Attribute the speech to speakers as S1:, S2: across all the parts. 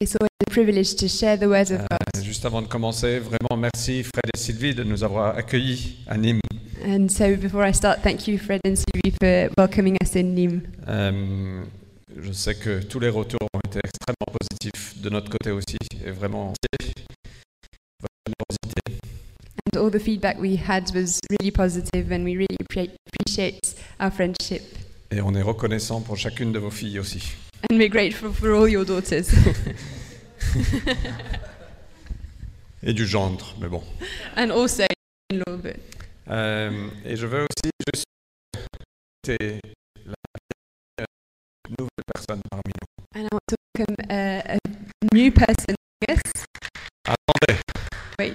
S1: It's always a privilege to share the words of God.
S2: Euh, Juste avant de commencer, vraiment merci Fred et Sylvie de nous avoir accueillis à Nîmes.
S1: And so before I start, thank you, Fred and Sylvie, for welcoming us in Nîmes.
S2: Euh, je sais que tous les retours ont été extrêmement positifs de notre côté aussi et vraiment merci. votre générosité.
S1: And all the feedback we had was really positive, and we really appre- appreciate our friendship.
S2: Et on est reconnaissant pour chacune de vos filles aussi.
S1: And we're grateful for all your daughters
S2: Et du gendre, mais bon.
S1: and also in law. But
S2: Euh, et je veux aussi juste souhaiter la euh, nouvelle personne parmi nous.
S1: and I want to welcome a, a new person, I guess.
S2: Attendez,
S1: Wait,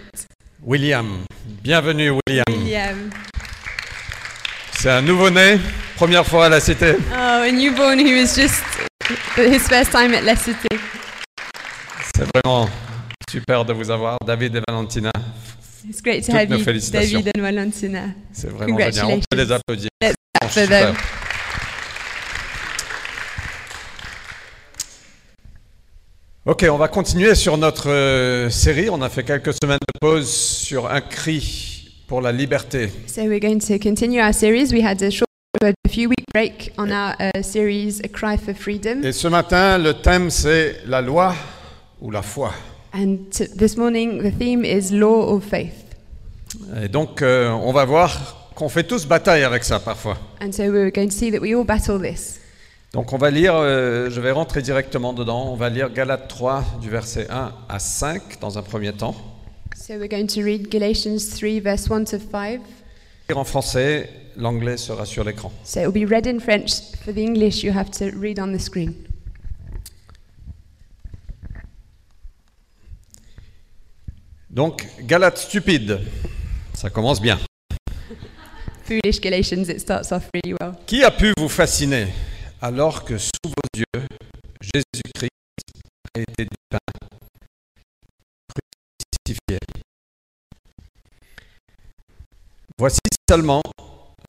S2: William. Bienvenue William.
S1: William.
S2: C'est un nouveau-né, première fois à la cité.
S1: Oh, a newborn who is just his first time at Leicester.
S2: C'est vraiment super de vous avoir, David et Valentina.
S1: It's great to
S2: Toutes
S1: have
S2: nos
S1: you,
S2: félicitations.
S1: David and Valentina.
S2: C'est vraiment génial. On peut les applaudir.
S1: Let's
S2: Ils
S1: clap
S2: sont
S1: for them.
S2: super. Ok, on va continuer sur notre euh, série. On a fait quelques semaines de pause sur un cri pour la liberté.
S1: So we're going to continue our series. We had a short, a few week break on our uh, series, A Cry for Freedom.
S2: Et ce matin, le thème c'est la loi ou la foi.
S1: And t- this morning, the theme is law or faith.
S2: Et donc, euh, on va voir qu'on fait tous bataille avec ça parfois.
S1: And so we're going to see that we all battle this.
S2: Donc on va lire, euh, je vais rentrer directement dedans, on va lire Galates 3 du verset 1 à 5 dans un premier temps.
S1: So we're going to read Galatians 3, verse 1 to 5.
S2: Lire en français, l'anglais sera sur l'écran.
S1: So it will be read in French. For the English, you have to read on the screen.
S2: Donc Galates stupide, ça commence bien.
S1: Foolish Galatians, it starts off really well.
S2: Qui a pu vous fasciner alors que sous vos yeux, Jésus-Christ a été dépeint, crucifié Voici seulement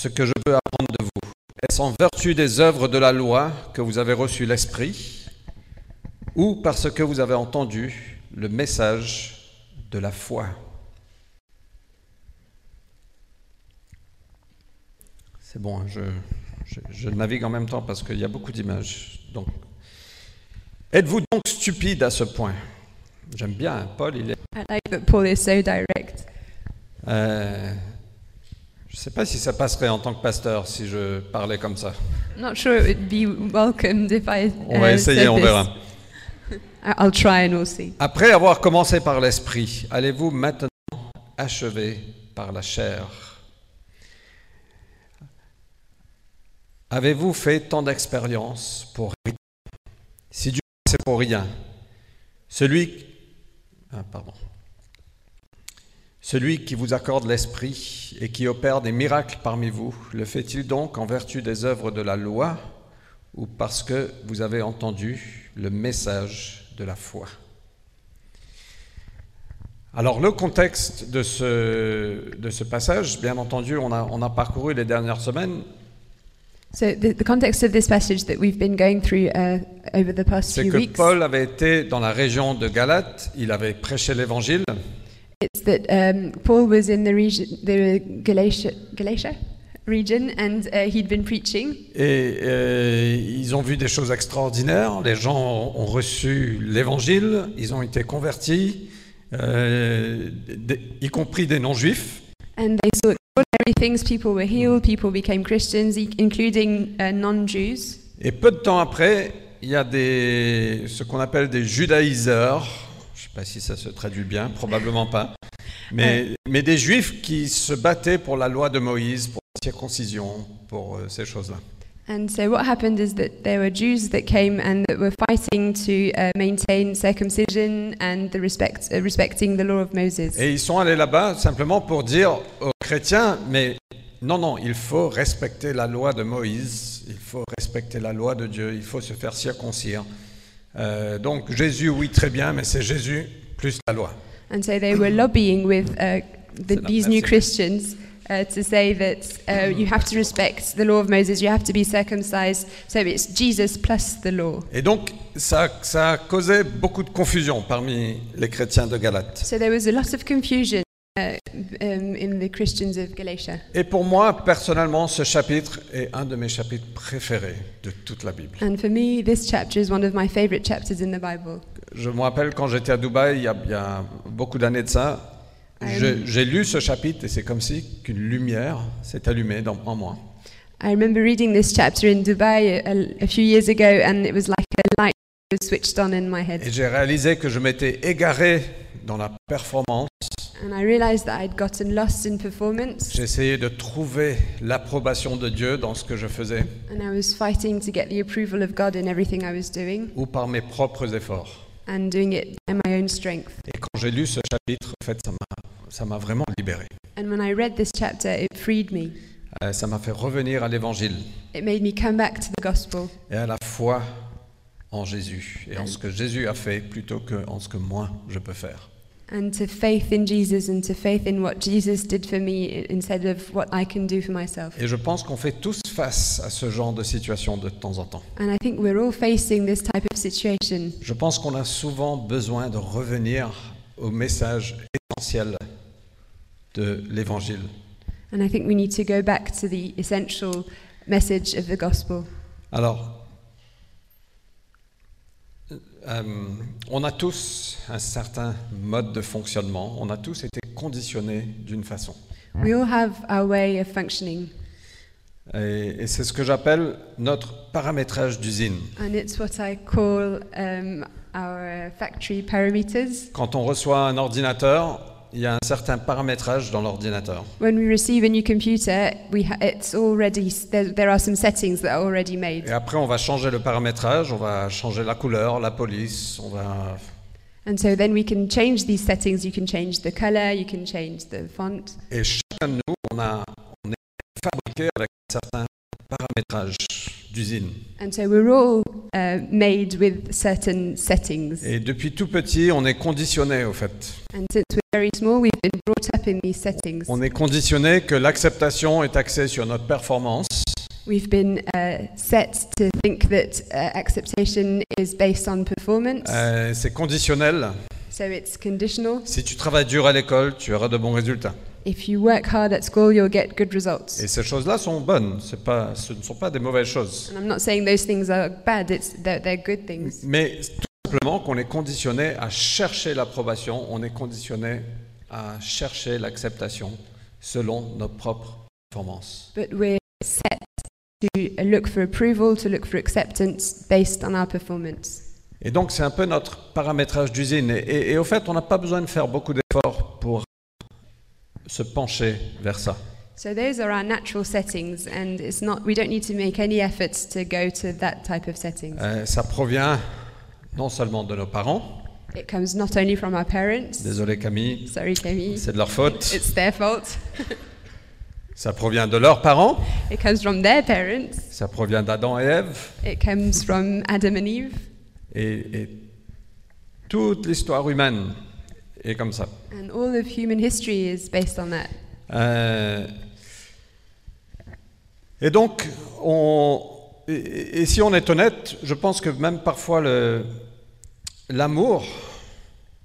S2: ce que je peux apprendre de vous. Est-ce en vertu des œuvres de la loi que vous avez reçu l'Esprit ou parce que vous avez entendu le message de la foi C'est bon, hein, je, je- je navigue en même temps parce qu'il y a beaucoup d'images. Donc, êtes-vous donc stupide à ce point J'aime bien, hein, Paul, il est.
S1: I like that Paul is so direct.
S2: Euh, je ne sais pas si ça passerait en tant que pasteur si je parlais comme ça.
S1: I'm not sure it would be welcomed if I.
S2: On va
S1: uh,
S2: essayer,
S1: said
S2: on
S1: this.
S2: verra.
S1: I- I'll try and we'll see.
S2: Après avoir commencé par l'esprit, allez-vous maintenant achever par la chair Avez-vous fait tant d'expériences pour rien Si Dieu c'est pour rien, celui, ah, pardon. celui qui vous accorde l'esprit et qui opère des miracles parmi vous, le fait-il donc en vertu des œuvres de la loi ou parce que vous avez entendu le message de la foi alors le contexte de ce, de ce passage, bien entendu, on a, on a parcouru les dernières semaines,
S1: So the, the context of this passage that we've been going through uh, over the past
S2: c'est
S1: few
S2: que
S1: weeks,
S2: Paul avait été dans la région de Galate, il avait prêché l'évangile,
S1: it's that um, Paul was in the region, the Galatia, Galatia region, and uh, he'd been preaching,
S2: et euh, ils ont vu des choses extraordinaires, les gens ont reçu l'évangile, ils ont été convertis, euh, des- y compris des non-juifs,
S1: and they saw extraordinary things. People were healed. People became Christians, e- including uh, non-Jews.
S2: et peu de temps après, il y a des, ce qu'on appelle des judaïseurs, je ne sais pas si ça se traduit bien, probablement pas, mais, mais des juifs qui se battaient pour la loi de Moïse, pour la circoncision, pour euh, ces choses-là.
S1: And so what happened is that there were Jews that came and that were fighting to uh, maintain circumcision and the respect, uh, respecting the law of Moses.
S2: Et ils sont allés là-bas simplement pour dire aux chrétiens, mais non, non, il faut respecter la loi de Moïse, il faut respecter la loi de Dieu, il faut se faire circoncire. Euh, donc Jésus, oui, très bien, mais c'est Jésus plus la loi.
S1: And so they were lobbying with uh, the,
S2: It's an
S1: these new
S2: upsetting.
S1: Christians uh, to say that uh, you have to respect the law of Moses, you have to be circumcised. So it's Jesus plus the law.
S2: Et donc, ça, ça a causé beaucoup de confusion parmi les chrétiens de Galate.
S1: So there was a lot of confusion uh, um, in the Christians of Galatia.
S2: Et pour moi, personnellement, ce chapitre est un de mes chapitres préférés de toute la Bible.
S1: And for me, this chapter is one of my favorite chapters in the Bible.
S2: Je me rappelle quand j'étais à Dubaï, il y a, il y a beaucoup d'années de ça,
S1: Ah
S2: je- j'ai lu ce chapitre et c'est comme si qu'une lumière s'est allumée dans, en moi.
S1: I remember reading this chapter in Dubai a, a few years ago, and it was like a light was switched on in my
S2: Et
S1: head.
S2: j'ai réalisé que je m'étais égaré dans la performance.
S1: And I realized that I'd gotten lost in performance,
S2: J'essayais de trouver l'approbation de Dieu dans ce que je faisais
S1: and I was fighting to get the approval of God in everything I was doing,
S2: ou par mes propres efforts.
S1: and doing it in my own strength.
S2: Et quand j'ai lu ce chapitre, en fait, ça m'a- ça m'a vraiment libéré.
S1: And when I read this chapter, it freed me.
S2: Euh, Ça m'a fait revenir à l'évangile
S1: It made me come back to the gospel
S2: et à la foi en Jésus et en ce que Jésus a fait plutôt que en ce que moi je peux faire.
S1: and to faith in Jesus and to faith in what Jesus did for me i- instead of what I can do for myself.
S2: Et je pense qu'on fait tous face à ce genre de situation de temps en temps.
S1: And I think we're all facing this type of situation.
S2: Je pense qu'on a souvent besoin de revenir au message essentiel de l'évangile.
S1: And I think we need to go back to the essential message of the gospel.
S2: Alors, euh, euh, on a tous un certain mode de fonctionnement, on a tous été conditionnés d'une façon.
S1: We all have our way of functioning,
S2: Et, et c'est ce que j'appelle notre paramétrage d'usine.
S1: and it's what I call um, our factory parameters.
S2: Quand on reçoit un ordinateur, il y a un certain paramétrage dans l'ordinateur.
S1: When we receive a new computer, we ha- it's already s- there, there are some settings that are already made,
S2: Et après, on va changer le paramétrage, on va changer la couleur, la police, on va...
S1: and so then we can change these settings. You can change the color, you can change the font,
S2: Et chacun de nous, on, a, on est fabriqué avec un certain paramétrage d'usine.
S1: and so we're all uh, made with certain settings.
S2: Et depuis tout petit, on est conditionné, au fait.
S1: And since we're very small, we've been brought up in these settings.
S2: On est conditionné que l'acceptation est axée sur notre performance,
S1: We've been uh, set to think that uh, acceptation is based on performance,
S2: Euh, c'est conditionnel.
S1: so it's conditional.
S2: Si tu travailles dur à l'école, tu auras de bons résultats.
S1: If you work hard at school, you'll get good results.
S2: Et ces choses-là sont bonnes, c'est pas, ce ne sont pas des mauvaises choses.
S1: And I'm not saying those things are bad, it's that they're good things.
S2: Mais tout simplement qu'on est conditionné à chercher l'approbation, on est conditionné à chercher l'acceptation selon nos propres performances.
S1: But we're set to uh, look for approval, to look for acceptance based on our performance.
S2: Et donc c'est un peu notre paramétrage d'usine. Et, et- et au fait, on n'a pas besoin de faire beaucoup d'efforts pour se pencher vers ça.
S1: So those are our natural settings, and it's not, we don't need to make any efforts to go to that type of settings.
S2: Euh, ça provient non seulement de nos parents,
S1: It comes not only from our parents,
S2: désolé Camille,
S1: sorry Kemi,
S2: c'est de leur faute,
S1: it's their fault.
S2: ça provient de leurs parents,
S1: It comes from their parents.
S2: ça provient d'Adam et Ève,
S1: It comes from Adam and Eve.
S2: Et, et toute l'histoire humaine est comme ça.
S1: And all of human history is based on that.
S2: Euh, et donc, on, et- et, et si on est honnête, je pense que même parfois le- l'amour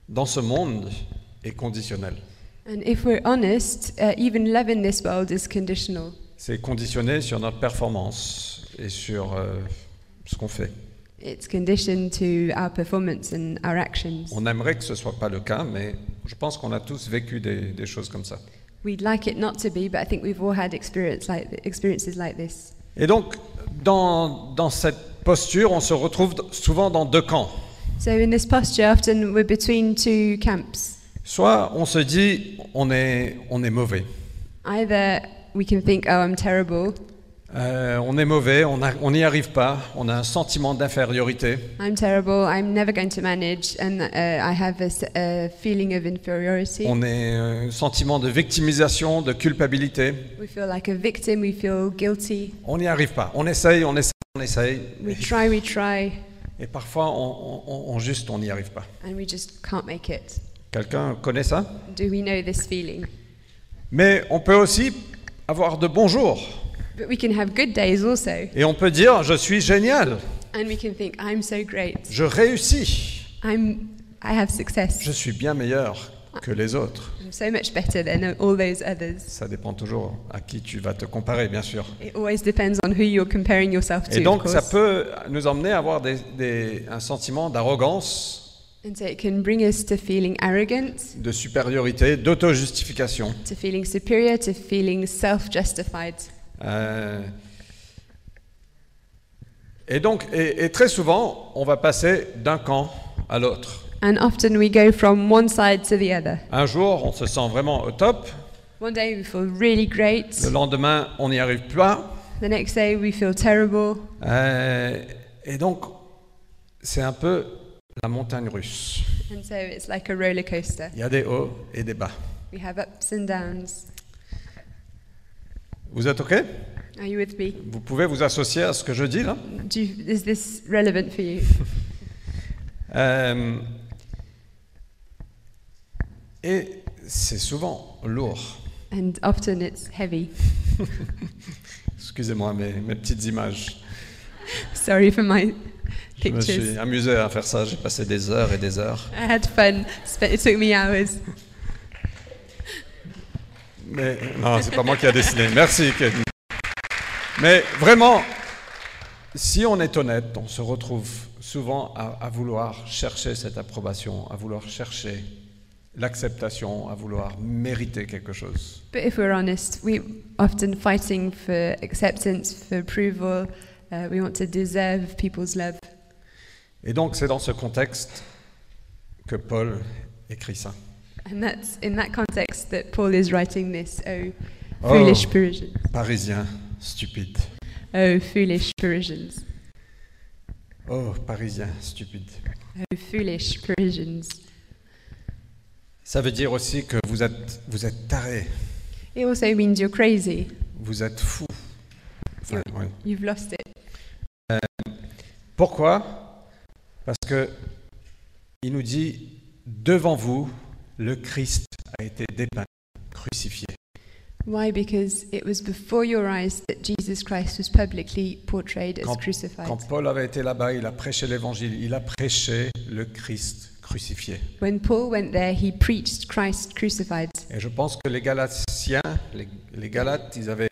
S2: dans ce monde est conditionnel.
S1: And if we're honest, uh, even love in this world is conditional.
S2: C'est conditionné sur notre performance et sur euh, ce qu'on fait.
S1: It's conditioned to our performance and our actions.
S2: On aimerait que ce soit pas le cas, mais je pense qu'on a tous vécu des- des choses comme ça.
S1: We'd like it not to be, but I think we've all had experience like, experiences like this.
S2: Et donc, dans, dans cette posture, on se retrouve d- souvent dans deux camps.
S1: So in this posture, often we're between two camps.
S2: Soit on se dit, on est, on est mauvais.
S1: Either we can think, oh, I'm terrible,
S2: Euh, on est mauvais, on a- on n'y arrive pas, on a un sentiment d'infériorité.
S1: I'm terrible, I'm never going to manage, and uh, I have a, s- a feeling of inferiority.
S2: On est euh, un sentiment de victimisation, de culpabilité.
S1: We feel like a victim, we feel guilty.
S2: On n'y arrive pas. On essaye, on essaye, on essaye.
S1: We try, we try,
S2: Et parfois, on, on- on- juste, on n'y arrive pas.
S1: and we just can't make it.
S2: Quelqu'un connaît ça
S1: Do we know this feeling?
S2: Mais on peut aussi avoir de bons jours.
S1: But we can have good days also.
S2: Et on peut dire, je suis génial,
S1: And we can think, I'm so great.
S2: je réussis,
S1: I'm, I have success.
S2: je suis bien meilleur que les autres.
S1: I'm so much better than all those others.
S2: Ça dépend toujours à qui tu vas te comparer, bien sûr.
S1: It always depends on who you're comparing yourself to.
S2: Et donc,
S1: of
S2: ça
S1: course.
S2: peut nous emmener à avoir des- des- un sentiment d'arrogance,
S1: And so it can bring us to feeling arrogant,
S2: de supériorité, d'auto-justification.
S1: to feeling superior, to feeling self justified.
S2: Euh, et donc, et, et très souvent, on va passer d'un camp à l'autre.
S1: And often we go from one side to the other.
S2: Un jour, on se sent vraiment au top.
S1: One day we feel really great,
S2: Le lendemain, on n'y arrive pas.
S1: the next day we feel terrible.
S2: Euh, et donc, c'est un peu la montagne russe.
S1: And so it's like a roller coaster.
S2: Il y a des hauts et des bas.
S1: We have ups and downs.
S2: Vous êtes OK
S1: Are you with me?
S2: Vous pouvez vous associer à ce que je hein dis là
S1: Do you, is this relevant for you?
S2: Euh, Et c'est souvent lourd.
S1: And often it's heavy.
S2: Excusez-moi mes, mes petites images.
S1: Sorry for my
S2: Je me suis
S1: pictures.
S2: amusé à faire ça. J'ai passé des heures et des heures.
S1: I had fun. Spe- It took me hours.
S2: Mais non, c'est pas moi qui a dessiné. Merci, Kevin. Mais vraiment, si on est honnête, on se retrouve souvent à, à vouloir chercher cette approbation, à vouloir chercher l'acceptation, à vouloir mériter quelque chose.
S1: But if we're honest, we often fighting for acceptance, for approval. Uh, we want to deserve people's love.
S2: Et donc, c'est dans ce contexte que Paul écrit ça.
S1: And that's in that context that Paul is writing this. Oh,
S2: Oh.
S1: foolish Parisians.
S2: Parisien, stupide.
S1: Oh, foolish Parisians.
S2: Oh, Parisien, stupide.
S1: Oh, foolish Parisians.
S2: Ça veut dire aussi que vous êtes, vous êtes taré,
S1: It also means you're crazy.
S2: vous êtes fou. Enfin, ouais.
S1: You've lost it.
S2: Pourquoi Parce que il nous dit devant vous le Christ a été dépeint, crucifié.
S1: Why? Because it was before your eyes that Jesus Christ was publicly portrayed as
S2: Quand-
S1: crucified.
S2: Quand Paul avait été là-bas, il a prêché l'évangile, il a prêché le Christ crucifié.
S1: When Paul went there, he preached Christ crucified.
S2: Et je pense que les Galatiens, les, les Galates, ils avaient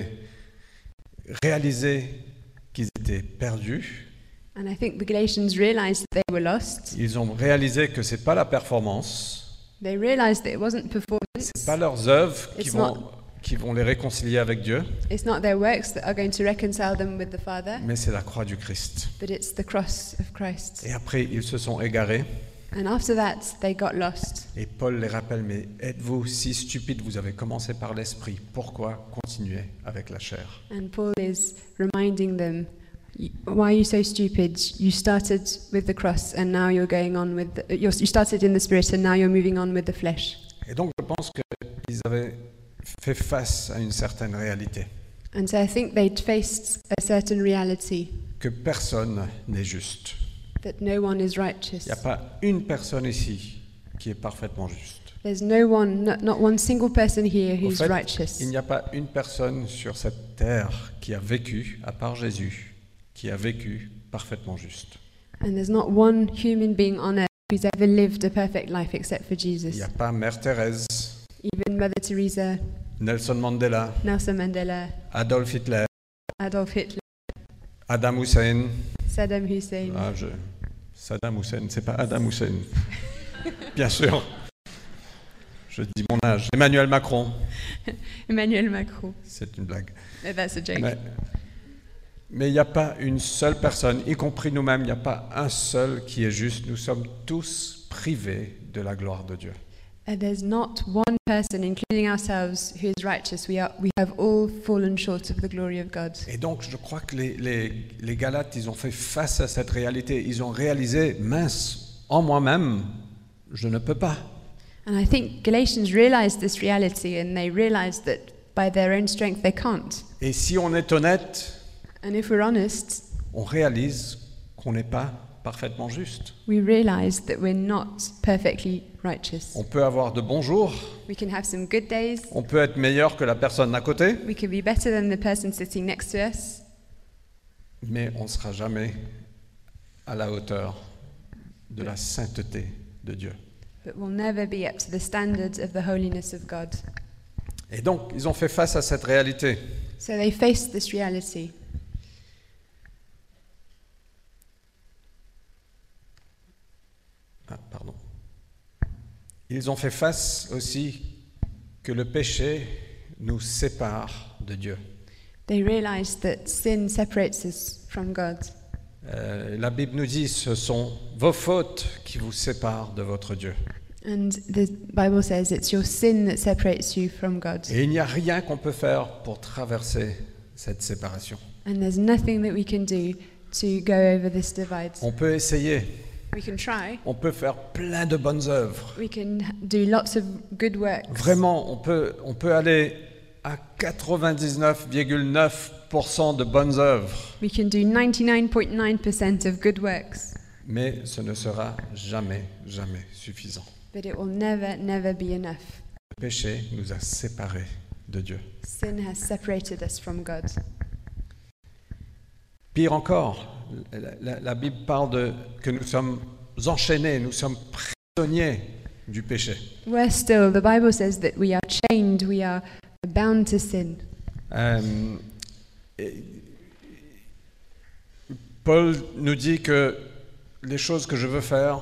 S2: réalisé qu'ils étaient perdus.
S1: And I think the Galatians realized that they were lost.
S2: Ils ont réalisé que c'est pas la performance,
S1: They realized that it wasn't performance.
S2: c'est pas leurs œuvres qui
S1: It's
S2: vont, qui vont les réconcilier avec Dieu,
S1: It's not their works that are going to reconcile them with the Father,
S2: mais c'est la croix du Christ.
S1: but it's the cross of Christ.
S2: Et après, ils se sont égarés.
S1: And after that, they got lost.
S2: Et Paul les rappelle, mais êtes-vous si stupide Vous avez commencé par l'esprit. Pourquoi continuer avec la chair
S1: And Paul is reminding them, "Y- why are you so stupid? You started with the cross, and now you're going on with. The, you're, you started in the spirit, and now you're moving on with the flesh.
S2: Et donc, je pense qu'ils avaient fait face à une certaine réalité,
S1: And so I think they'd faced a certain reality
S2: que personne n'est juste.
S1: that no one is
S2: Il
S1: righteous.
S2: n'y a pas une personne ici qui est parfaitement juste.
S1: There's no one, not, not one single person here
S2: Au
S1: who's
S2: fait,
S1: righteous.
S2: il n'y a pas une personne sur cette terre qui a vécu, à part Jésus, qui a vécu parfaitement juste.
S1: And there's not one human being on earth who's ever lived a perfect life except for
S2: Il n'y
S1: Jesus.
S2: a pas Mère Thérèse,
S1: Even Mother Teresa,
S2: Nelson Mandela,
S1: Nelson Mandela,
S2: Adolf Hitler,
S1: Adolf Hitler,
S2: Adam Hussein,
S1: Saddam Hussein.
S2: Ah, je- Saddam Hussein, c'est pas Adam Hussein. Bien sûr. Je dis mon âge. Emmanuel Macron,
S1: Emmanuel Macron.
S2: c'est une blague.
S1: No, that's a joke.
S2: Mais mais il n'y a pas une seule personne, y compris nous-mêmes, il n'y a pas un seul qui est juste. Nous sommes tous privés de la gloire de Dieu.
S1: And there's not one person, including ourselves, who is righteous. We are. We have all fallen short of the glory of God.
S2: Et donc, je crois que les, les, les Galates, ils ont fait face à cette réalité. Ils ont réalisé, mince, en moi-même, je ne peux pas.
S1: And I think Galatians realized this reality, and they realized that by their own strength they can't.
S2: Et si on est honnête,
S1: And if we're honest,
S2: on réalise qu'on n'est pas parfaitement juste.
S1: we realize that we're not perfectly righteous.
S2: On peut avoir de bons jours,
S1: We can have some good days,
S2: on peut être meilleur que la personne à côté,
S1: we can be better than the person sitting next to us,
S2: mais on ne sera jamais à la hauteur de la sainteté de Dieu.
S1: but we'll never be up to the standards of the holiness of God.
S2: Et donc, ils ont fait face à cette réalité.
S1: So they faced this reality.
S2: Ah, pardon. Ils ont fait face aussi que le péché nous sépare de Dieu.
S1: They realized that sin separates us from God.
S2: Euh, la Bible nous dit ce sont vos fautes qui vous séparent de votre Dieu.
S1: And the Bible says it's your sin that separates you from God.
S2: Et il n'y a rien qu'on peut faire pour traverser cette séparation.
S1: And there's nothing that we can do to go over this divide.
S2: On peut essayer,
S1: We can try.
S2: on peut faire plein de bonnes œuvres.
S1: We can do lots of good works.
S2: Vraiment, on peut, on peut aller à 99,9% de bonnes œuvres,
S1: We can do 99.9% of good works,
S2: mais ce ne sera jamais, jamais suffisant.
S1: but it will never, never be enough.
S2: Le péché nous a séparés de Dieu.
S1: Sin has separated us from God.
S2: Pire encore, la, la- la Bible parle de que nous sommes enchaînés, nous sommes prisonniers du péché.
S1: Worse still, the Bible says that we are chained, we are bound to sin.
S2: Euh, et- Paul nous dit que les choses que je veux faire,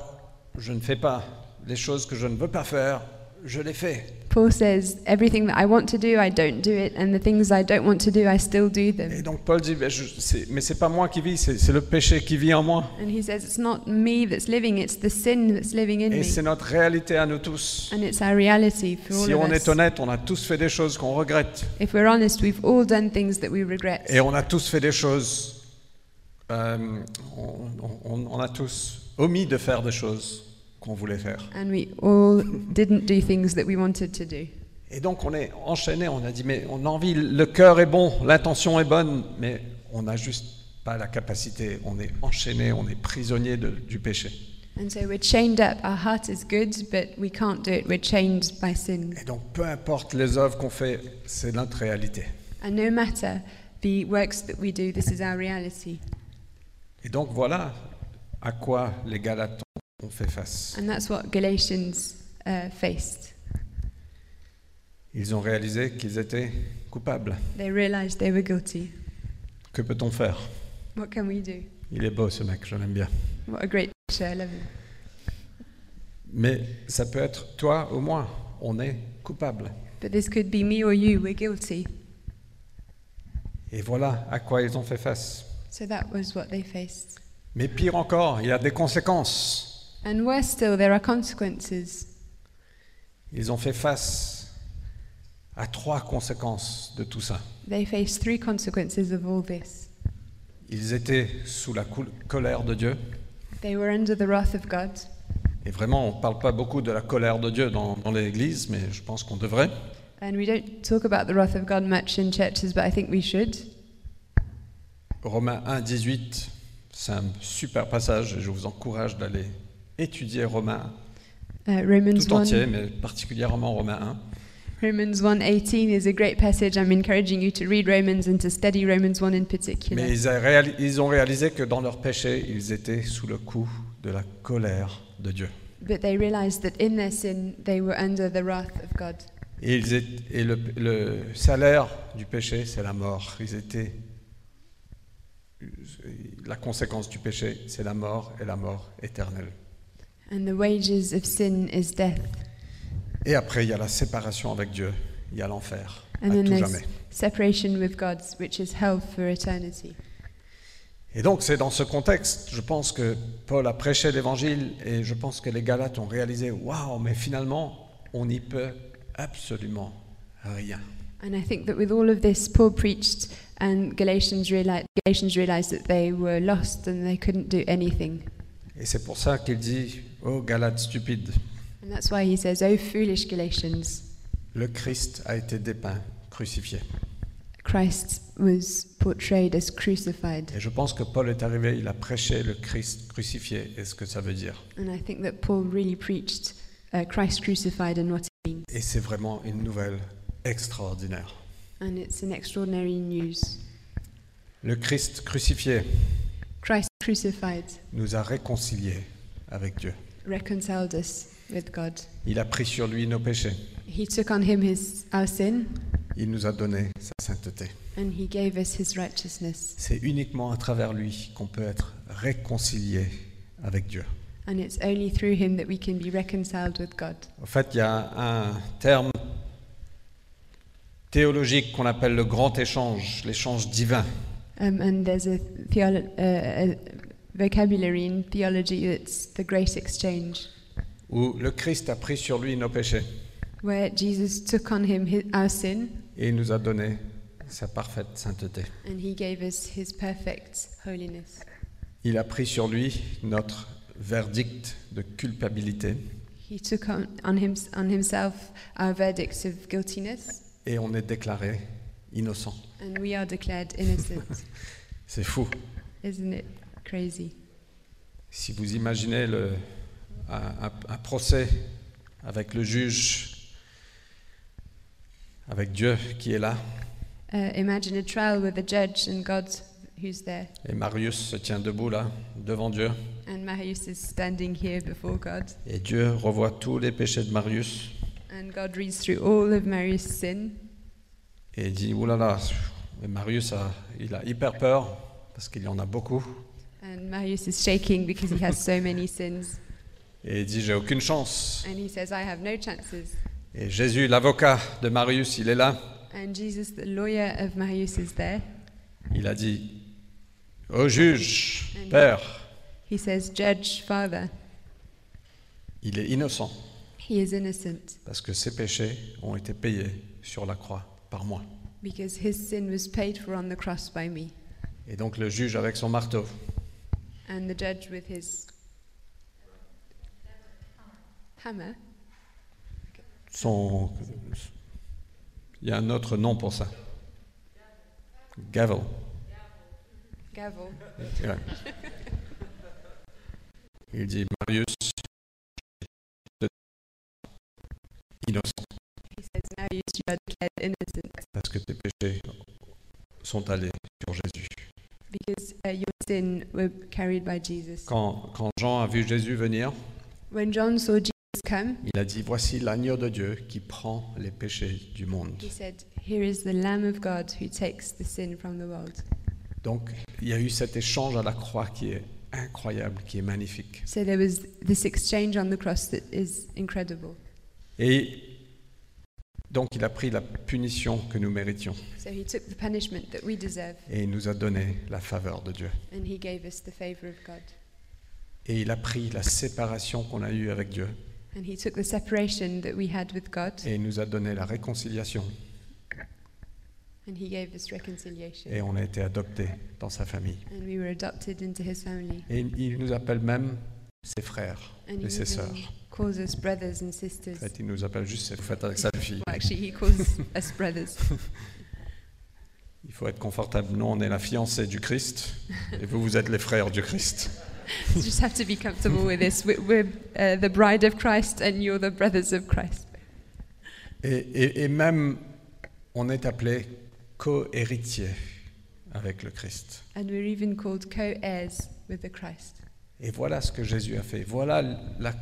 S2: je ne fais pas. Les choses que je ne veux pas faire, je les fais.
S1: Paul says, Everything that I want to do, I don't do it, and the things I don't want to do, I still do them.
S2: Et donc Paul dit, mais, je, c'est- mais c'est pas moi qui vis, c'est c'est le péché qui vit en moi.
S1: And he says, It's not me that's living, it's the sin that's living in
S2: Et
S1: me.
S2: c'est notre réalité à nous tous.
S1: And it's our reality for all
S2: Si on
S1: of
S2: est
S1: us.
S2: honnête, on a tous fait des choses qu'on regrette.
S1: If we're honest, we've all done things that we regret.
S2: Et on a tous fait des choses. euh, on, on- on a tous omis de faire des choses qu'on voulait faire.
S1: And we all didn't do things that we wanted to do.
S2: Et donc on est enchaîné. On a dit mais on a envie. Le cœur est bon, l'intention est bonne, mais on n'a juste pas la capacité. On est enchaîné, on est prisonnier de- du péché.
S1: And so we're chained up. Our heart is good, but we can't do it. We're chained by sin.
S2: Et donc peu importe les œuvres qu'on fait, c'est notre réalité.
S1: And no matter the works that we do, this is our reality.
S2: Et donc voilà à quoi les Galates ont fait face.
S1: And that's what Galatians uh, faced.
S2: Ils ont réalisé qu'ils étaient coupables.
S1: They realized they were guilty.
S2: Que peut-on faire
S1: What can we do?
S2: Il est beau ce mec, je l'aime bien.
S1: What a great picture. I love him.
S2: Mais ça peut être toi ou moi. On est coupable.
S1: But this could be me or you. We're guilty.
S2: Et voilà à quoi ils ont fait face.
S1: So that was what they faced.
S2: Mais pire encore, il y a des conséquences.
S1: And worse still, there are consequences.
S2: Ils ont fait face à trois conséquences de tout ça.
S1: They faced three consequences of all this.
S2: Ils étaient sous la cou- colère de Dieu.
S1: They were under the wrath of God.
S2: Et vraiment, on ne parle pas beaucoup de la colère de Dieu dans, dans l'Église, mais je pense qu'on devrait.
S1: And we don't talk about the wrath of God much in churches, but I think we should.
S2: Romains 1, 18, c'est un super passage et je vous encourage d'aller étudier Romains
S1: Uh, Romans
S2: tout entier,
S1: 1,
S2: mais particulièrement Romains 1.
S1: Romans 1:18 is a great passage. I'm encouraging you to read Romans and to study Romans 1 in
S2: Mais
S1: particular.
S2: ils, a réali- ils ont réalisé que dans leur péché, ils étaient sous le coup de la colère de Dieu.
S1: But they realized that in their sin they were under the wrath of God.
S2: Et, ils étaient- et le, le salaire du péché, c'est la mort. Ils étaient. La conséquence du péché, c'est la mort et la mort éternelle.
S1: And the wages of sin is death.
S2: Et après, il y a la séparation avec Dieu. Il y a l'enfer. À
S1: And then
S2: tout
S1: there's
S2: jamais.
S1: separation with God, which is hell for eternity.
S2: Et donc, c'est dans ce contexte, je pense que Paul a prêché l'évangile et je pense que les Galates ont réalisé waouh, mais finalement, on n'y peut absolument rien.
S1: And I think that with all of this, Paul preached, and Galatians realized, Galatians realized that they were lost and they couldn't do anything.
S2: Et c'est pour ça qu'il dit oh, Galates stupides,
S1: And that's why he says, Oh, foolish Galatians,
S2: le Christ a été dépeint, crucifié.
S1: Christ was portrayed as crucified.
S2: Et je pense que Paul est arrivé, il a prêché le Christ crucifié et ce que ça veut dire.
S1: And I think that Paul really preached uh, Christ crucified and what it means.
S2: Et c'est vraiment une nouvelle extraordinaire.
S1: And it's an extraordinary news.
S2: Le Christ crucifié
S1: Christ crucified
S2: nous a réconciliés avec Dieu.
S1: reconciled us with God.
S2: Il a pris sur lui nos péchés.
S1: He took on him his our sin
S2: Il nous a donné sa sainteté.
S1: and he gave us his righteousness.
S2: C'est uniquement à travers lui qu'on peut être réconcilié avec Dieu.
S1: And it's only through him that we can be reconciled with God.
S2: En fait, il y a un terme théologique qu'on appelle le grand échange, l'échange divin.
S1: Um, and there's a, theolo- uh, a vocabulary in theology that's the great exchange,
S2: où le Christ a pris sur lui nos péchés
S1: where Jesus took on him his, our sin
S2: et il nous a donné sa parfaite sainteté.
S1: and he gave us his perfect holiness.
S2: Il a pris sur lui notre verdict de culpabilité
S1: He took on, on, him, on himself our verdicts of guiltiness
S2: et on est déclaré innocent.
S1: and we are declared innocent.
S2: C'est fou.
S1: Isn't it crazy?
S2: Si vous imaginez le- un, un- un procès avec le juge, avec Dieu qui est là,
S1: Uh, imagine a trial with a judge and God who's there,
S2: et Marius se tient debout là, devant Dieu,
S1: and Marius is standing here before God,
S2: et Dieu revoit tous les péchés de Marius
S1: and God reads through all of Marius' sin.
S2: Et il dit, oulala, et Marius, a, il a hyper peur, parce qu'il y en a beaucoup.
S1: And Marius is shaking because he has so many sins.
S2: Et il dit, j'ai aucune chance.
S1: And he says, I have no chances.
S2: Et Jésus, l'avocat de Marius, il est là.
S1: And Jesus, the lawyer of Marius, is there.
S2: Il a dit, au juge, Père,
S1: He says, Judge, Father,
S2: il est innocent,
S1: he is innocent
S2: parce que ses péchés ont été payés sur la croix par moi.
S1: because his sin was paid for on the cross by me.
S2: Et donc le juge avec son marteau,
S1: And the judge with his hammer,
S2: son... Il y a un autre nom pour ça. Gavel.
S1: gavel,
S2: Ouais. Il dit Marius innocent
S1: he says, Marius, you are declared innocent.
S2: parce que tes péchés sont allés sur Jésus.
S1: because uh, your sin were carried by Jesus.
S2: Quand, quand Jean a vu Jésus venir,
S1: When John saw Jesus come,
S2: il a dit Voici l'agneau de Dieu qui prend les péchés du monde.
S1: he said, Here is the Lamb of God who takes the sin from the world.
S2: Donc il y a eu cet échange à la croix qui est incroyable, qui est magnifique.
S1: So there was this exchange on the cross that is incredible.
S2: Et donc il a pris la punition que nous méritions
S1: So he took the punishment that we deserve
S2: et il nous a donné la faveur de Dieu.
S1: and he gave us the favor of God.
S2: Et il a pris la séparation qu'on a eue avec Dieu
S1: And he took the separation that we had with God
S2: et il nous a donné la réconciliation
S1: and he gave us reconciliation.
S2: et on a été adoptés dans sa famille.
S1: And we were adopted into his family.
S2: Et il nous appelle même ses frères
S1: And
S2: et
S1: he
S2: ses
S1: even
S2: sœurs.
S1: calls us brothers and
S2: En
S1: sisters.
S2: fait, il nous appelle juste ses vous faites avec sa fille.
S1: Well, actually, he calls us brothers.
S2: Il faut être confortable. Nous, on est la fiancée du Christ et vous, vous êtes les frères du Christ.
S1: You just have to be comfortable with this. We're, we're uh, the bride of Christ, and you're the brothers of Christ.
S2: Et, et- et même, on est appelé co-héritier avec le Christ.
S1: And we're even called co heirs with the Christ.
S2: Et voilà ce que Jésus a fait. Voilà la-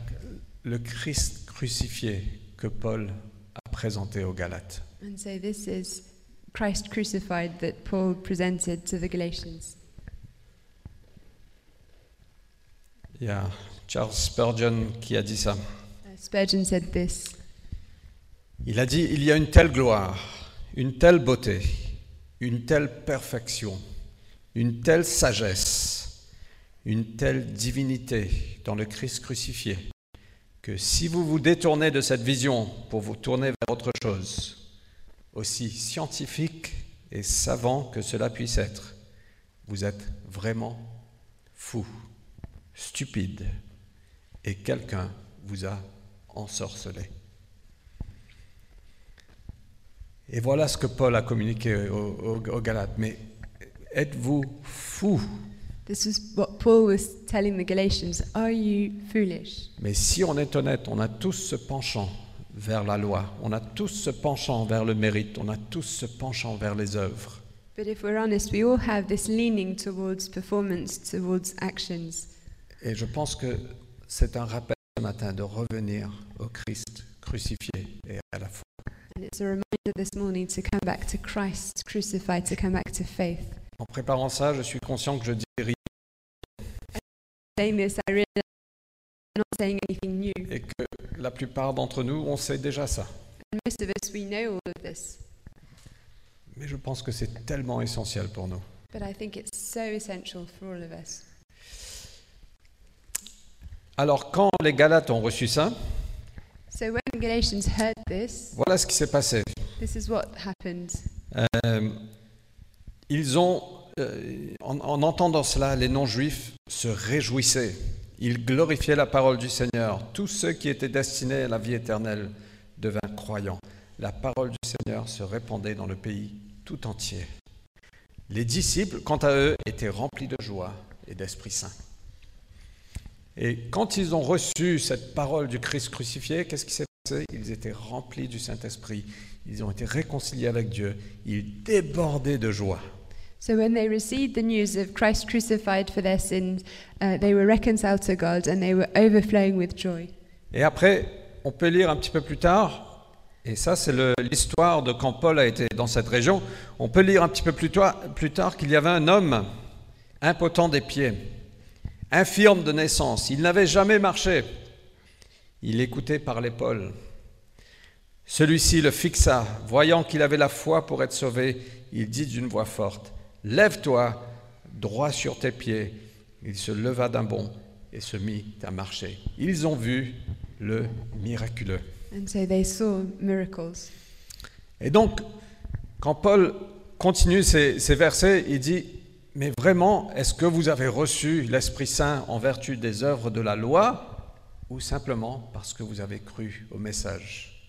S2: le Christ crucifié que Paul a présenté aux Galates.
S1: And so this is Christ crucified that Paul presented to the Galatians.
S2: Il y a Charles Spurgeon qui a dit ça.
S1: Uh, Spurgeon said this
S2: Il a dit Il y a une telle gloire, une telle beauté, une telle perfection, une telle sagesse, une telle divinité dans le Christ crucifié, que si vous vous détournez de cette vision pour vous tourner vers autre chose, aussi scientifique et savant que cela puisse être, vous êtes vraiment fou, stupide, et quelqu'un vous a ensorcelé. Et voilà ce que Paul a communiqué aux, aux- aux Galates. Mais êtes-vous fous
S1: This is what Paul was telling the Galatians. Are you foolish?
S2: Mais si on est honnête, on a tous ce penchant vers la loi, on a tous ce penchant vers le mérite, on a tous ce penchant vers les œuvres.
S1: But if we're honest, we all have this leaning towards performance, towards actions.
S2: Et je pense que c'est un rappel ce matin de revenir au Christ crucifié et à la foi.
S1: And it's a reminder this morning to come back to Christ crucified, to come back to faith.
S2: En préparant ça, je suis conscient que je dis rien
S1: Saying this, I realize I'm not saying anything new.
S2: et que la plupart d'entre nous, on sait déjà ça.
S1: And most of us, we know all of this.
S2: Mais je pense que c'est tellement essentiel pour nous.
S1: But I think it's so essential for all of us.
S2: Alors quand les Galates ont reçu ça,
S1: So when Galatians heard this,
S2: voilà ce qui s'est passé.
S1: this is what happened.
S2: Euh, ils ont, euh, en, en entendant cela, les non-juifs se réjouissaient. Ils glorifiaient la parole du Seigneur. Tous ceux qui étaient destinés à la vie éternelle devinrent croyants. La parole du Seigneur se répandait dans le pays tout entier. Les disciples, quant à eux, étaient remplis de joie et d'Esprit Saint. Et quand ils ont reçu cette parole du Christ crucifié, qu'est-ce qui s'est passé Ils étaient remplis du Saint-Esprit. Ils ont été réconciliés avec Dieu. Ils débordaient de joie.
S1: So when they received the news of Christ crucified for their sins, uh, they were reconciled to God and they were overflowing with joy.
S2: Et après, on peut lire un petit peu plus tard, et ça c'est le- l'histoire de quand Paul a été dans cette région, on peut lire un petit peu plus tard, plus tard qu'il y avait un homme impotent des pieds, infirme de naissance, il n'avait jamais marché. Il écoutait par l'épaule. Celui-ci le fixa, voyant qu'il avait la foi pour être sauvé, il dit d'une voix forte, Lève-toi, droit sur tes pieds. Il se leva d'un bond et se mit à marcher. Ils ont vu le miraculeux.
S1: And so they saw miracles.
S2: Et donc, quand Paul continue ces, ces versets, il dit, mais vraiment, est-ce que vous avez reçu l'Esprit Saint en vertu des œuvres de la loi ou simplement parce que vous avez cru au message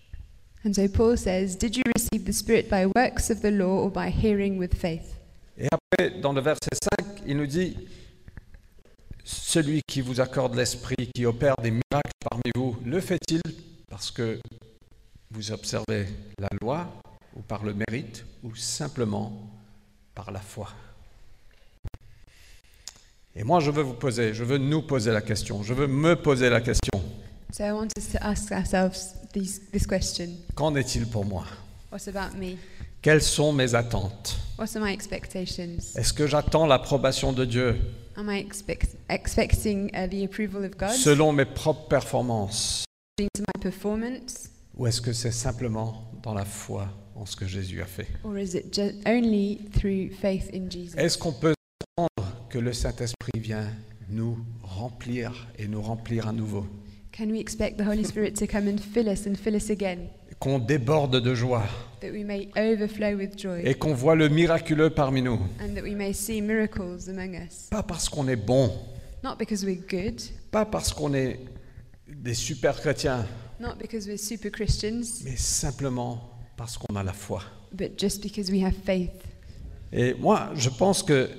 S1: And so Paul says, Did you receive the Spirit by works of the law or by hearing with faith?
S2: Et après, dans le verset 5, il nous dit, celui qui vous accorde l'esprit, qui opère des miracles parmi vous, le fait-il parce que vous observez la loi ou par le mérite ou simplement par la foi Et moi, je veux vous poser, je veux nous poser la question, je veux me poser la question,
S1: So I want us to ask ourselves these, this question
S2: qu'en est-il pour moi
S1: What about me?
S2: Quelles sont mes attentes
S1: What are my expectations?
S2: Est-ce que j'attends l'approbation de Dieu
S1: Am I expect, expecting uh, the approval of God
S2: selon mes propres performances
S1: according to my performance?
S2: Ou est-ce que c'est simplement dans la foi en ce que Jésus a fait
S1: Or is it ju- only through faith in Jesus?
S2: Est-ce qu'on peut attendre que le Saint-Esprit vient nous remplir et nous remplir à nouveau
S1: Can we expect the Holy Spirit to come and fill us and fill us again,
S2: Qu'on déborde de joie
S1: that we may overflow with joy
S2: et qu'on voit le miraculeux parmi nous
S1: and that we may see miracles among us?
S2: Pas parce qu'on est bon,
S1: Not because we're good,
S2: pas parce qu'on est des super chrétiens,
S1: not because we're super Christians,
S2: mais simplement parce qu'on a la foi.
S1: but just because we have faith.
S2: Et moi, je pense que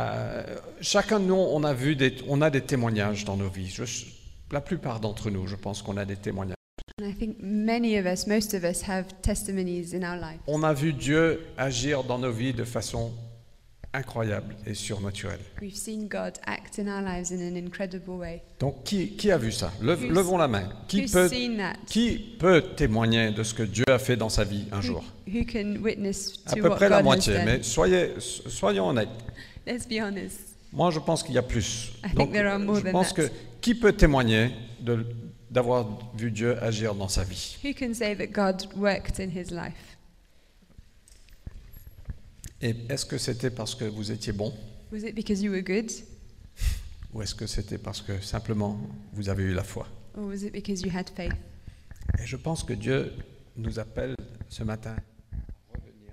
S2: euh, chacun de nous, on a vu des, on a des témoignages dans nos vies. Je- la plupart d'entre nous, je pense qu'on a des témoignages.
S1: And I think many of us, most of us, have testimonies in our life.
S2: On a vu Dieu agir dans nos vies de façon incroyable et surnaturelle.
S1: We've seen God act in our lives in an incredible way.
S2: Donc, qui, qui a vu ça Leve-
S1: Who's-
S2: Levons la main. Qui
S1: Who's
S2: peut,
S1: seen that?
S2: qui peut témoigner de ce que Dieu a fait dans sa vie un jour
S1: Who can witness
S2: À
S1: to
S2: peu
S1: what
S2: près la
S1: God
S2: moitié,
S1: has done?
S2: mais soyez, so- soyons honnêtes.
S1: Let's be honest.
S2: Moi, je pense qu'il y a plus.
S1: I think
S2: Donc,
S1: there are more
S2: je
S1: than
S2: pense
S1: that.
S2: que qui peut témoigner de- d'avoir vu Dieu agir dans sa vie
S1: Who can say that God worked in his life?
S2: Et est-ce que c'était parce que vous étiez bon
S1: Was it because you were good?
S2: ou est-ce que c'était parce que simplement vous avez eu la foi
S1: Or was it because you had faith?
S2: Et je pense que Dieu nous appelle ce matin. à revenir.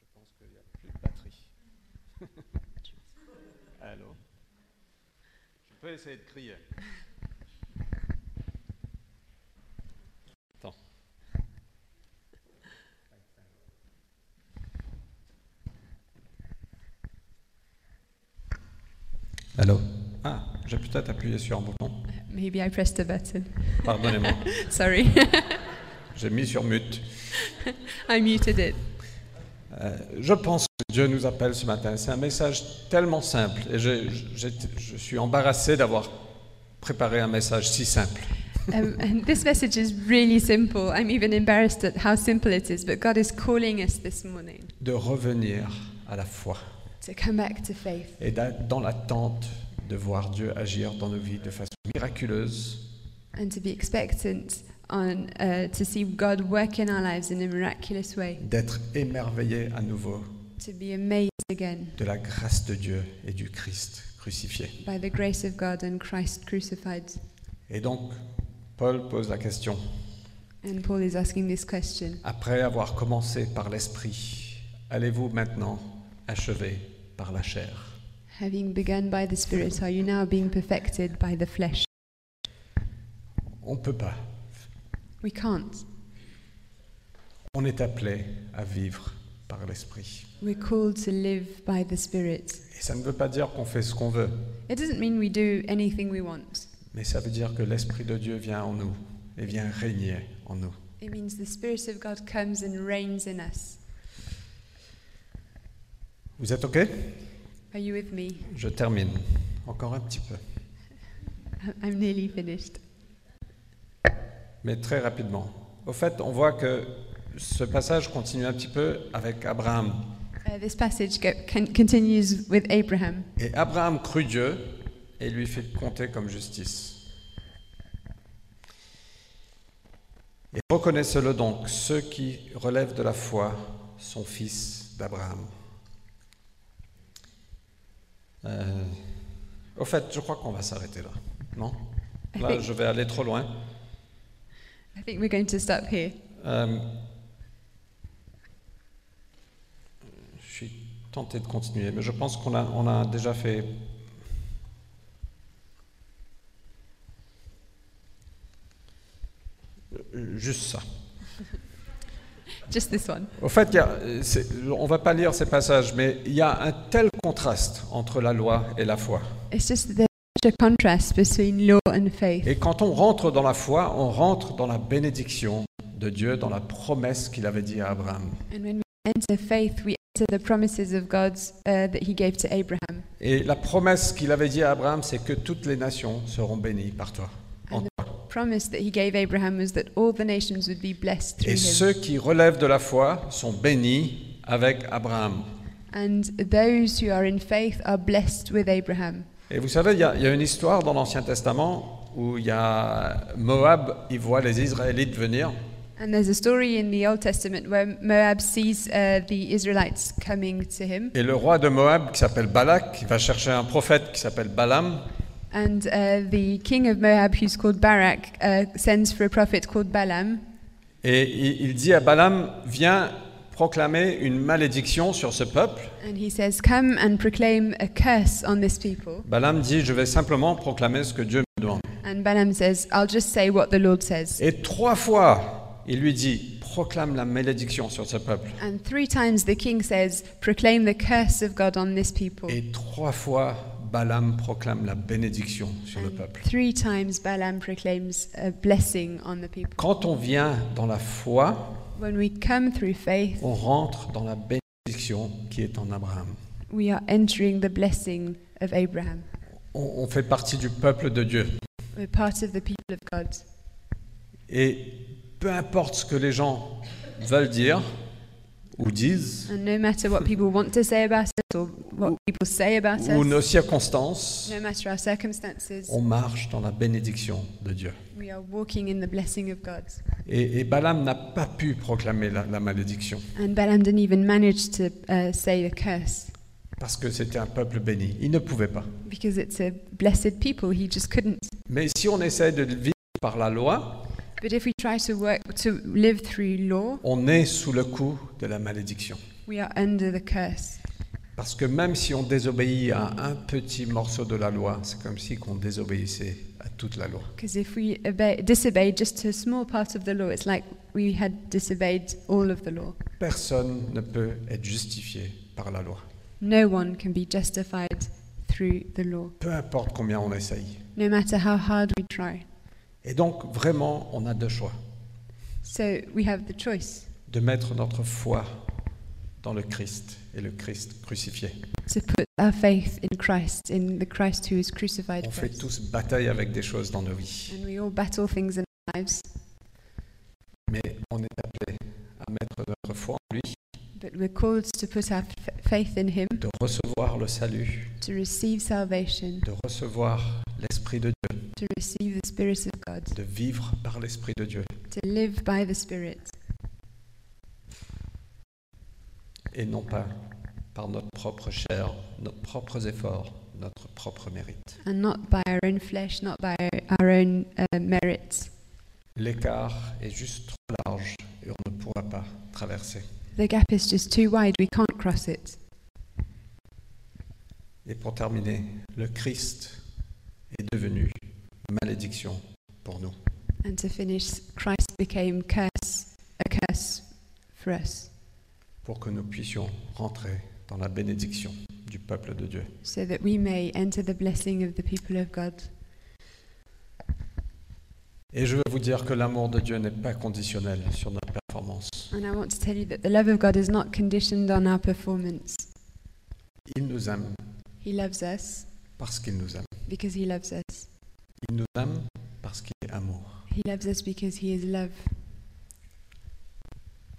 S2: Je pense qu'il n'y a plus de batterie. Allô Je peux essayer de crier. Allô Ah, j'ai peut-être appuyé sur un bouton.
S1: Maybe I pressed a button.
S2: Pardonnez-moi.
S1: Sorry,
S2: j'ai mis sur mute.
S1: I muted it.
S2: Euh, je pense que Dieu nous appelle ce matin. C'est un message tellement simple. Et je, je- je suis embarrassé d'avoir préparé un message si simple.
S1: Um, and this message is really simple. I'm even embarrassed at how simple it is, but God is calling us this morning
S2: De revenir à la foi
S1: to come back to faith
S2: et d'a- dans l'attente de voir Dieu agir dans nos vies de façon miraculeuse
S1: and to be expectant on uh, to see God work in our lives in a miraculous way,
S2: d'être émerveillé à nouveau
S1: to be amazed again
S2: de la grâce de Dieu et du Christ crucifié.
S1: by the grace of God and Christ crucified.
S2: Et donc, Paul pose la question,
S1: And Paul is asking this question
S2: après avoir commencé par l'esprit, allez-vous maintenant achever par la chair
S1: Having begun by the Spirit, are you now being perfected by the flesh?
S2: On ne peut pas.
S1: We can't.
S2: On est appelé à vivre par l'esprit.
S1: We're called to live by the Spirit.
S2: Et ça ne veut pas dire qu'on fait ce qu'on veut,
S1: It doesn't mean we do anything we want.
S2: mais ça veut dire que l'esprit de Dieu vient en nous et vient régner en nous.
S1: It means the Spirit of God comes and reigns in us.
S2: Vous êtes OK
S1: Are you with me?
S2: Je termine. Encore un petit peu.
S1: I- I'm nearly finished.
S2: mais très rapidement. Au fait, on voit que ce passage continue un petit peu avec Abraham.
S1: Uh, this passage go, con- continues with Abraham.
S2: Et Abraham crut Dieu et lui fit compter comme justice. Et reconnaissez-le donc, ceux qui relèvent de la foi sont fils d'Abraham. Euh, au fait, je crois qu'on va s'arrêter là, non Là, je vais aller trop loin.
S1: I think we're going to stop here.
S2: Euh, je suis tenté de continuer, mais je pense qu'on a, on a déjà fait. Euh, Juste ça.
S1: Just this one.
S2: Au fait, il y a, euh, c'est- on ne va pas lire ces passages, mais il y a un tel contraste entre la loi et la foi.
S1: It's just that there's such a contrast between law and faith.
S2: Et quand on rentre dans la foi, on rentre dans la bénédiction de Dieu, dans la promesse qu'il avait dit à Abraham.
S1: And when we enter faith, we enter the promises of God uh, that He gave to Abraham.
S2: Et la promesse qu'il avait dit à Abraham, c'est que toutes les nations seront bénies par toi. en
S1: And the promise that He gave Abraham was that all the nations would be blessed through
S2: Et
S1: him.
S2: ceux qui relèvent de la foi sont bénis avec Abraham.
S1: And those who are in faith are blessed with Abraham.
S2: Et vous savez, il y, a- il y a une histoire dans l'Ancien Testament où il y a Moab, il voit les Israélites venir,
S1: And there's a story in the Old Testament where Moab sees uh, the Israelites coming to him,
S2: et le roi de Moab, qui s'appelle Balak, il va chercher un prophète qui s'appelle Balaam,
S1: and uh, the king of Moab, who's called Barak, uh, sends for a prophet called Balaam,
S2: et il, il dit à Balaam, viens proclamer une malédiction sur ce peuple.
S1: and he says, "Come and proclaim a curse on this people."
S2: Balaam dit, je vais simplement proclamer ce que Dieu me demande.
S1: And Balaam says, "I'll just say what the Lord says."
S2: Et trois fois, il lui dit, proclame la malédiction sur ce peuple.
S1: And three times the king says, "Proclaim the curse of God on this people."
S2: Et trois fois, Balaam proclame la bénédiction sur le
S1: And
S2: peuple.
S1: three times Balaam proclaims a blessing on the people.
S2: Quand on vient dans la foi,
S1: When we come through faith,
S2: on rentre dans la bénédiction qui est en Abraham.
S1: we are entering the blessing of Abraham.
S2: On, on fait partie du peuple de Dieu.
S1: We're part of the people of God.
S2: Et peu importe ce que les gens veulent dire ou disent,
S1: And no matter what people want to say about us or what people say about
S2: ou nos
S1: us,
S2: circonstances,
S1: no matter our circumstances,
S2: on marche dans la bénédiction de Dieu.
S1: we are walking in the blessing of God.
S2: Et, et Balaam n'a pas pu proclamer la- la malédiction
S1: And Balaam didn't even manage to uh, say the curse
S2: parce que c'était un peuple béni. Il ne pouvait pas.
S1: because it's a blessed people. He just couldn't.
S2: Mais si on essaie de le vivre par la loi,
S1: But if we try to work to live through law,
S2: on est sous le coup de la malédiction.
S1: we are under the curse.
S2: Parce que même si on désobéit à un petit morceau de la loi, c'est comme si qu'on désobéissait à toute la loi.
S1: Because if we obey, disobey just a small part of the law, it's like we had disobeyed all of the law.
S2: Personne ne peut être justifié par la loi.
S1: No one can be justified through the law,
S2: peu importe combien on essaye.
S1: no matter how hard we try.
S2: Et donc, vraiment, on a deux choix.
S1: So we have the choice
S2: De mettre notre foi dans le Christ et le Christ crucifié.
S1: to put our faith in Christ, in the Christ who is crucified
S2: On
S1: for
S2: fait
S1: us.
S2: tous bataille avec des choses dans nos vies.
S1: And we all battle things in our lives,
S2: Mais on est appelé à mettre notre foi en lui,
S1: but we're called to put our f- faith in Him,
S2: de recevoir le salut,
S1: to receive salvation,
S2: de recevoir l'Esprit de Dieu,
S1: to receive the Spirit of God,
S2: de vivre par l'Esprit de Dieu
S1: to live by the Spirit,
S2: et non pas par notre propre chair, nos propres efforts, notre propre mérite.
S1: and not by our own flesh, not by our own uh, merits.
S2: L'écart est juste trop large et on ne pourra pas traverser.
S1: The gap is just too wide, we can't cross it.
S2: Et pour terminer, le Christ est devenu malédiction pour nous.
S1: And to finish, Christ became curse, a curse for us,
S2: pour que nous puissions rentrer dans la bénédiction du peuple de Dieu.
S1: so that we may enter the blessing of the people of God.
S2: Et je veux vous dire que l'amour de Dieu n'est pas conditionnel sur notre performance.
S1: And I want to tell you that the love of God is not conditioned on our performance.
S2: Il nous aime
S1: He loves us
S2: parce qu'il nous aime.
S1: because He loves us.
S2: Il nous aime parce qu'il est amour.
S1: He loves us because He is love.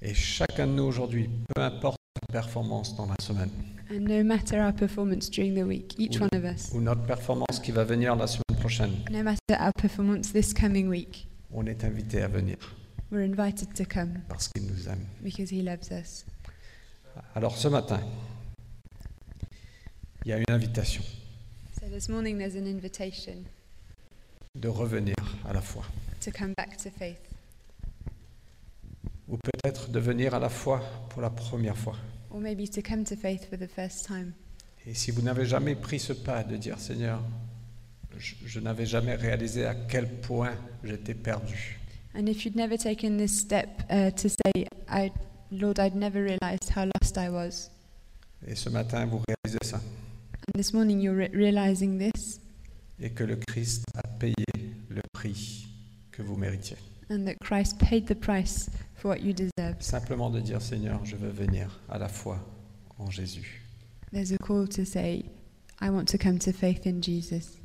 S2: Et chacun de nous aujourd'hui, peu importe notre performance dans la semaine,
S1: And no matter our performance during the week, each
S2: Oui.
S1: one of us,
S2: ou notre performance qui va venir la semaine prochaine,
S1: no matter our performance this coming week,
S2: on est invité à venir
S1: we're invited to come
S2: parce qu'il nous aime.
S1: because He loves us.
S2: Alors ce matin, il y a une invitation
S1: So this morning there's an invitation
S2: de revenir à la foi.
S1: to come back to faith,
S2: Ou peut-être de venir à la foi pour la première fois.
S1: or maybe to come to faith for the first time.
S2: Et si vous n'avez jamais pris ce pas de dire Seigneur, je, je n'avais jamais réalisé à quel point j'étais perdu.
S1: And if you'd never taken this step uh, to say, I, Lord, I'd never realized how lost I was.
S2: Et ce matin, vous réalisez ça.
S1: And this morning you're re- realizing this,
S2: Et que le Christ a payé le prix que vous méritiez.
S1: and that Christ paid the price for what you deserved.
S2: Simplement de dire Seigneur, je veux venir à la foi en Jésus.
S1: There's a call to say, I want to come to faith in Jesus.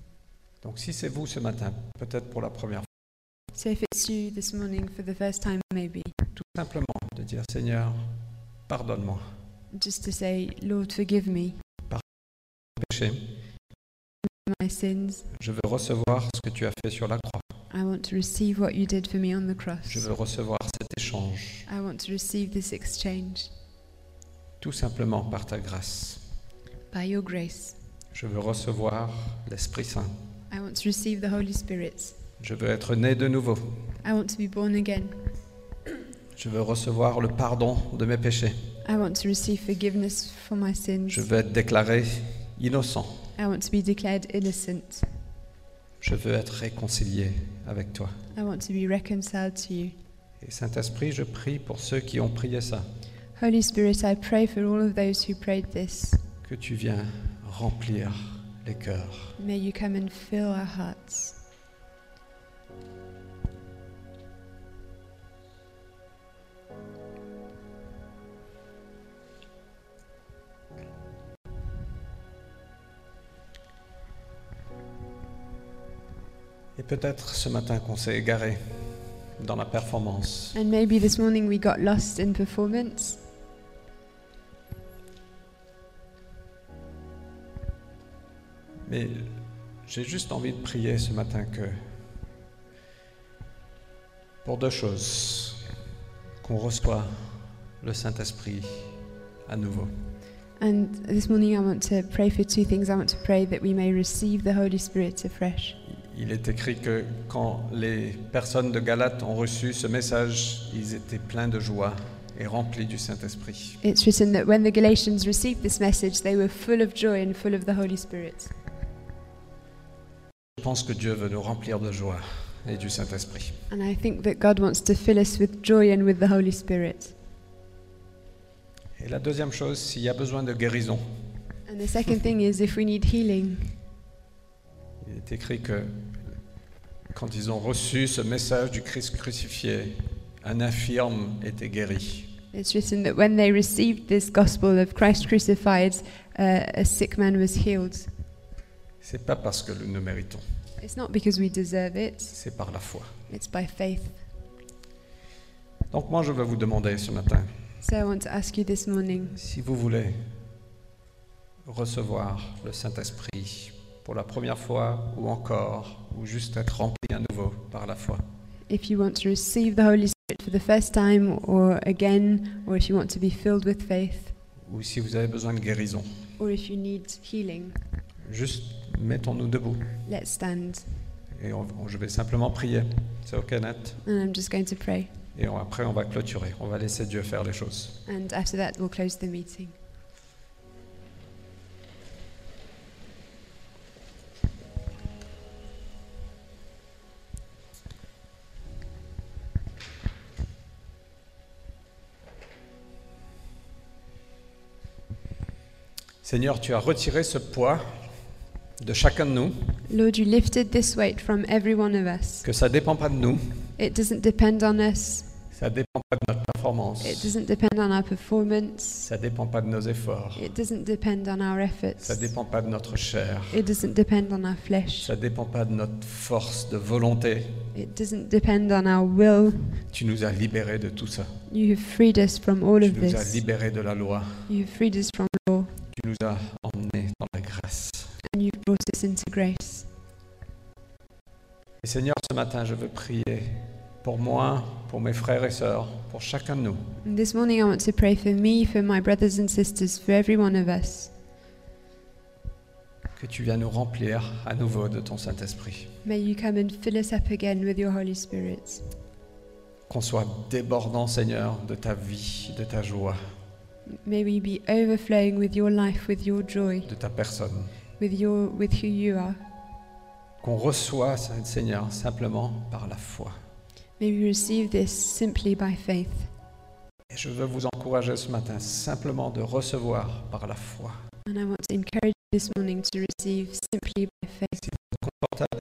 S2: Donc si c'est vous ce matin, peut-être pour la première fois,
S1: So if it's you this morning for the first time, maybe,
S2: tout simplement de dire Seigneur, pardonne-moi,
S1: just to say, Lord, forgive me
S2: péché.
S1: for my sins.
S2: Je veux recevoir ce que tu as fait sur la croix.
S1: I want to receive what you did for me on the
S2: Je
S1: cross.
S2: veux recevoir cet échange,
S1: I want to receive this exchange
S2: tout simplement par ta grâce.
S1: by your grace.
S2: Je veux recevoir l'Esprit Saint.
S1: I want to receive the Holy Spirit.
S2: Je veux être né de nouveau.
S1: I want to be born again.
S2: Je veux recevoir le pardon de mes péchés.
S1: I want to receive forgiveness for my sins.
S2: Je veux être déclaré innocent.
S1: I want to be declared innocent.
S2: Je veux être réconcilié avec toi.
S1: I want to be reconciled to you.
S2: Et Saint-Esprit, je prie pour ceux qui ont prié ça,
S1: Holy Spirit, I pray for all of those who prayed this.
S2: que tu viens remplir les cœurs.
S1: May you come and fill our hearts.
S2: Et peut-être ce matin qu'on s'est égaré dans la performance.
S1: And maybe this morning we got lost in performance.
S2: Mais j'ai juste envie de prier ce matin que pour deux choses, qu'on reçoit le Saint-Esprit à nouveau
S1: And this morning I want to pray for two things. I want to pray that we may receive the Holy Spirit afresh.
S2: Il est écrit que quand les personnes de Galate ont reçu ce message, ils étaient pleins de joie et remplis du Saint-Esprit.
S1: It's written that when the Galatians received this message, they were full of joy and full of the Holy Spirit.
S2: Je pense que Dieu veut nous remplir de joie et du Saint-Esprit.
S1: And I think that God wants to fill us with joy and with the Holy Spirit.
S2: Et la deuxième chose, s'il y a besoin de guérison,
S1: And And the second thing is if we need healing,
S2: Il est écrit que quand ils ont reçu ce message du Christ crucifié, un infirme était guéri.
S1: it's written that when they received this gospel of Christ crucified, uh, a sick man was healed.
S2: C'est pas parce que nous ne méritons,
S1: It's not because we deserve it,
S2: c'est par la foi.
S1: it's by faith.
S2: Donc moi, je vais vous demander ce matin,
S1: So I want to ask you this morning
S2: si vous voulez recevoir le Saint-Esprit pour la première fois ou encore, ou juste être rempli à nouveau par la foi,
S1: if you want to receive the Holy Spirit for the first time or again, or if you want to be filled with faith,
S2: ou si vous avez besoin de guérison,
S1: or if you need healing,
S2: juste mettons-nous debout
S1: let's stand.
S2: et on- on- je vais simplement prier. C'est ok, Nat
S1: And I'm just going to pray.
S2: Et on- après, on va clôturer. On va laisser Dieu faire les choses.
S1: And after that, we'll close the meeting.
S2: Seigneur, tu as retiré ce poids de chacun de nous,
S1: Lord, you lifted this weight from every one of us.
S2: que ça dépend pas de nous,
S1: It doesn't depend on us,
S2: ça dépend pas de notre performance,
S1: it doesn't depend on our performance,
S2: ça dépend pas de nos efforts,
S1: it doesn't dépend on our efforts,
S2: ça dépend pas de notre chair,
S1: it doesn't depend on our flesh,
S2: ça dépend pas de notre force de volonté.
S1: it doesn't depend on our will.
S2: Tu nous as libérés de tout ça.
S1: You have freed us from all
S2: Tu
S1: of
S2: nous as
S1: this.
S2: libérés de la loi.
S1: You have freed us from law
S2: Tu nous as emmenés dans la grâce.
S1: and you've brought us into grace.
S2: Et Seigneur, ce matin, je veux prier pour moi, pour mes frères et sœurs, pour chacun de nous.
S1: And this morning, I want to pray for me, for my brothers and sisters, for every one of us.
S2: que tu viens nous remplir à nouveau de ton Saint-Esprit,
S1: May you come and fill us up again with your Holy Spirit,
S2: qu'on soit débordant, Seigneur, de ta vie, de ta joie,
S1: May we be overflowing with your life, with your joy,
S2: de ta personne,
S1: with your with who you are.
S2: qu'on reçoit, Saint- Seigneur, simplement par la foi.
S1: May we receive this simply by faith.
S2: Et je veux vous encourager ce matin simplement de recevoir par la foi.
S1: And I want to encourage you this morning to receive simply by faith.
S2: Confortable,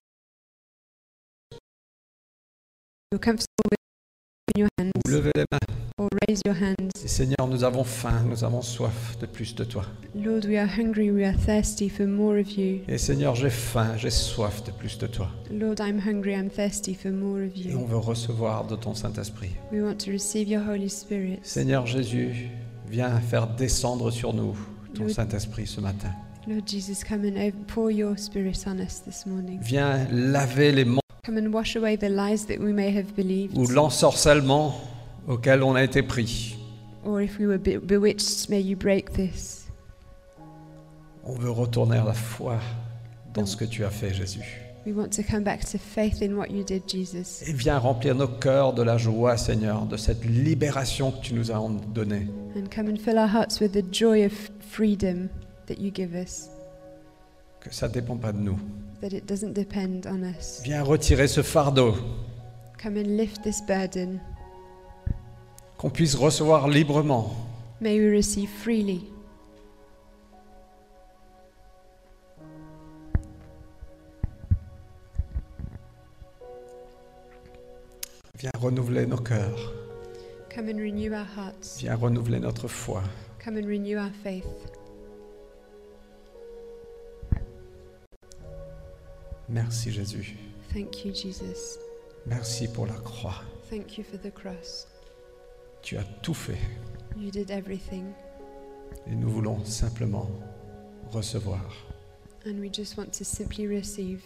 S1: You're comfortable with in your
S2: vous
S1: hands
S2: levez les mains.
S1: or raise your hands.
S2: Et Seigneur, nous avons faim, nous avons soif de plus de toi.
S1: Lord, we are hungry, we are thirsty for more of you.
S2: Et Seigneur, j'ai faim, j'ai soif de plus de toi.
S1: Lord, I'm hungry, I'm thirsty for more of
S2: Et on
S1: you.
S2: veut recevoir de ton Saint-Esprit.
S1: We want to receive your Holy Spirit.
S2: Seigneur Jésus, viens faire descendre sur nous ton
S1: Oui.
S2: Saint-Esprit ce matin.
S1: Lord Jesus, come and over- pour your spirit on us this morning.
S2: Viens laver les monts
S1: Come and wash away the lies that we may have believed.
S2: ou l'ensorcellement auquel on a été pris.
S1: Or if we were be- bewitched, may you break this.
S2: On veut retourner à la foi dans ce que tu as fait, Jésus.
S1: We want to come back to faith in what you did, Jesus.
S2: Et viens remplir nos cœurs de la joie, Seigneur, de cette libération que tu nous as donnée.
S1: And come and fill our hearts with the joy of freedom that you give us,
S2: Que ça ne dépend pas de nous.
S1: that it doesn't depend on us.
S2: Viens retirer ce fardeau,
S1: Come and lift this burden.
S2: qu'on puisse recevoir librement.
S1: May we receive freely.
S2: Viens renouveler nos cœurs.
S1: Come and renew our hearts.
S2: Viens renouveler notre foi.
S1: Come and renew our faith.
S2: Merci, Jésus.
S1: Thank you, Jesus.
S2: Merci pour la croix.
S1: Thank you for the cross.
S2: Tu as tout fait
S1: You did everything,
S2: et nous voulons simplement recevoir.
S1: and we just want to simply receive.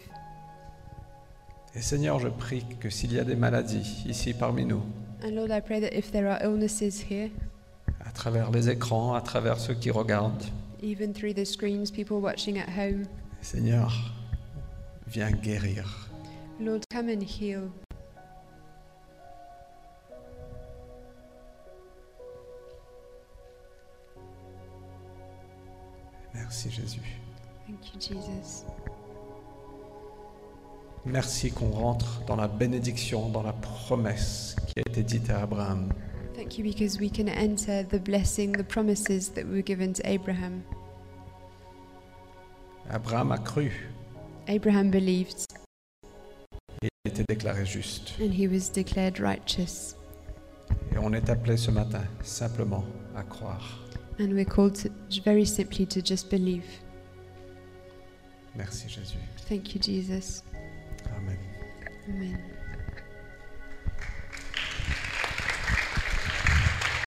S2: Et Seigneur, je prie que s'il y a des maladies ici parmi nous,
S1: And Lord, I pray that if there are illnesses here,
S2: à travers les écrans, à travers ceux qui regardent,
S1: even through the screens, people watching at home,
S2: Seigneur, viens guérir.
S1: Lord, come and heal.
S2: Merci Jésus.
S1: Thank you, Jesus.
S2: Merci qu'on rentre dans la bénédiction, dans la promesse qui a été dite à Abraham.
S1: Thank you because we can enter the blessing, the promises that were given to Abraham.
S2: Abraham a cru.
S1: Abraham believed
S2: Il a été déclaré juste.
S1: and he was declared righteous.
S2: Et on est appelé ce matin simplement à croire.
S1: And we're called to, very simply to just believe.
S2: Merci Jésus.
S1: Thank you, Jesus.
S2: Amen.
S1: Amen.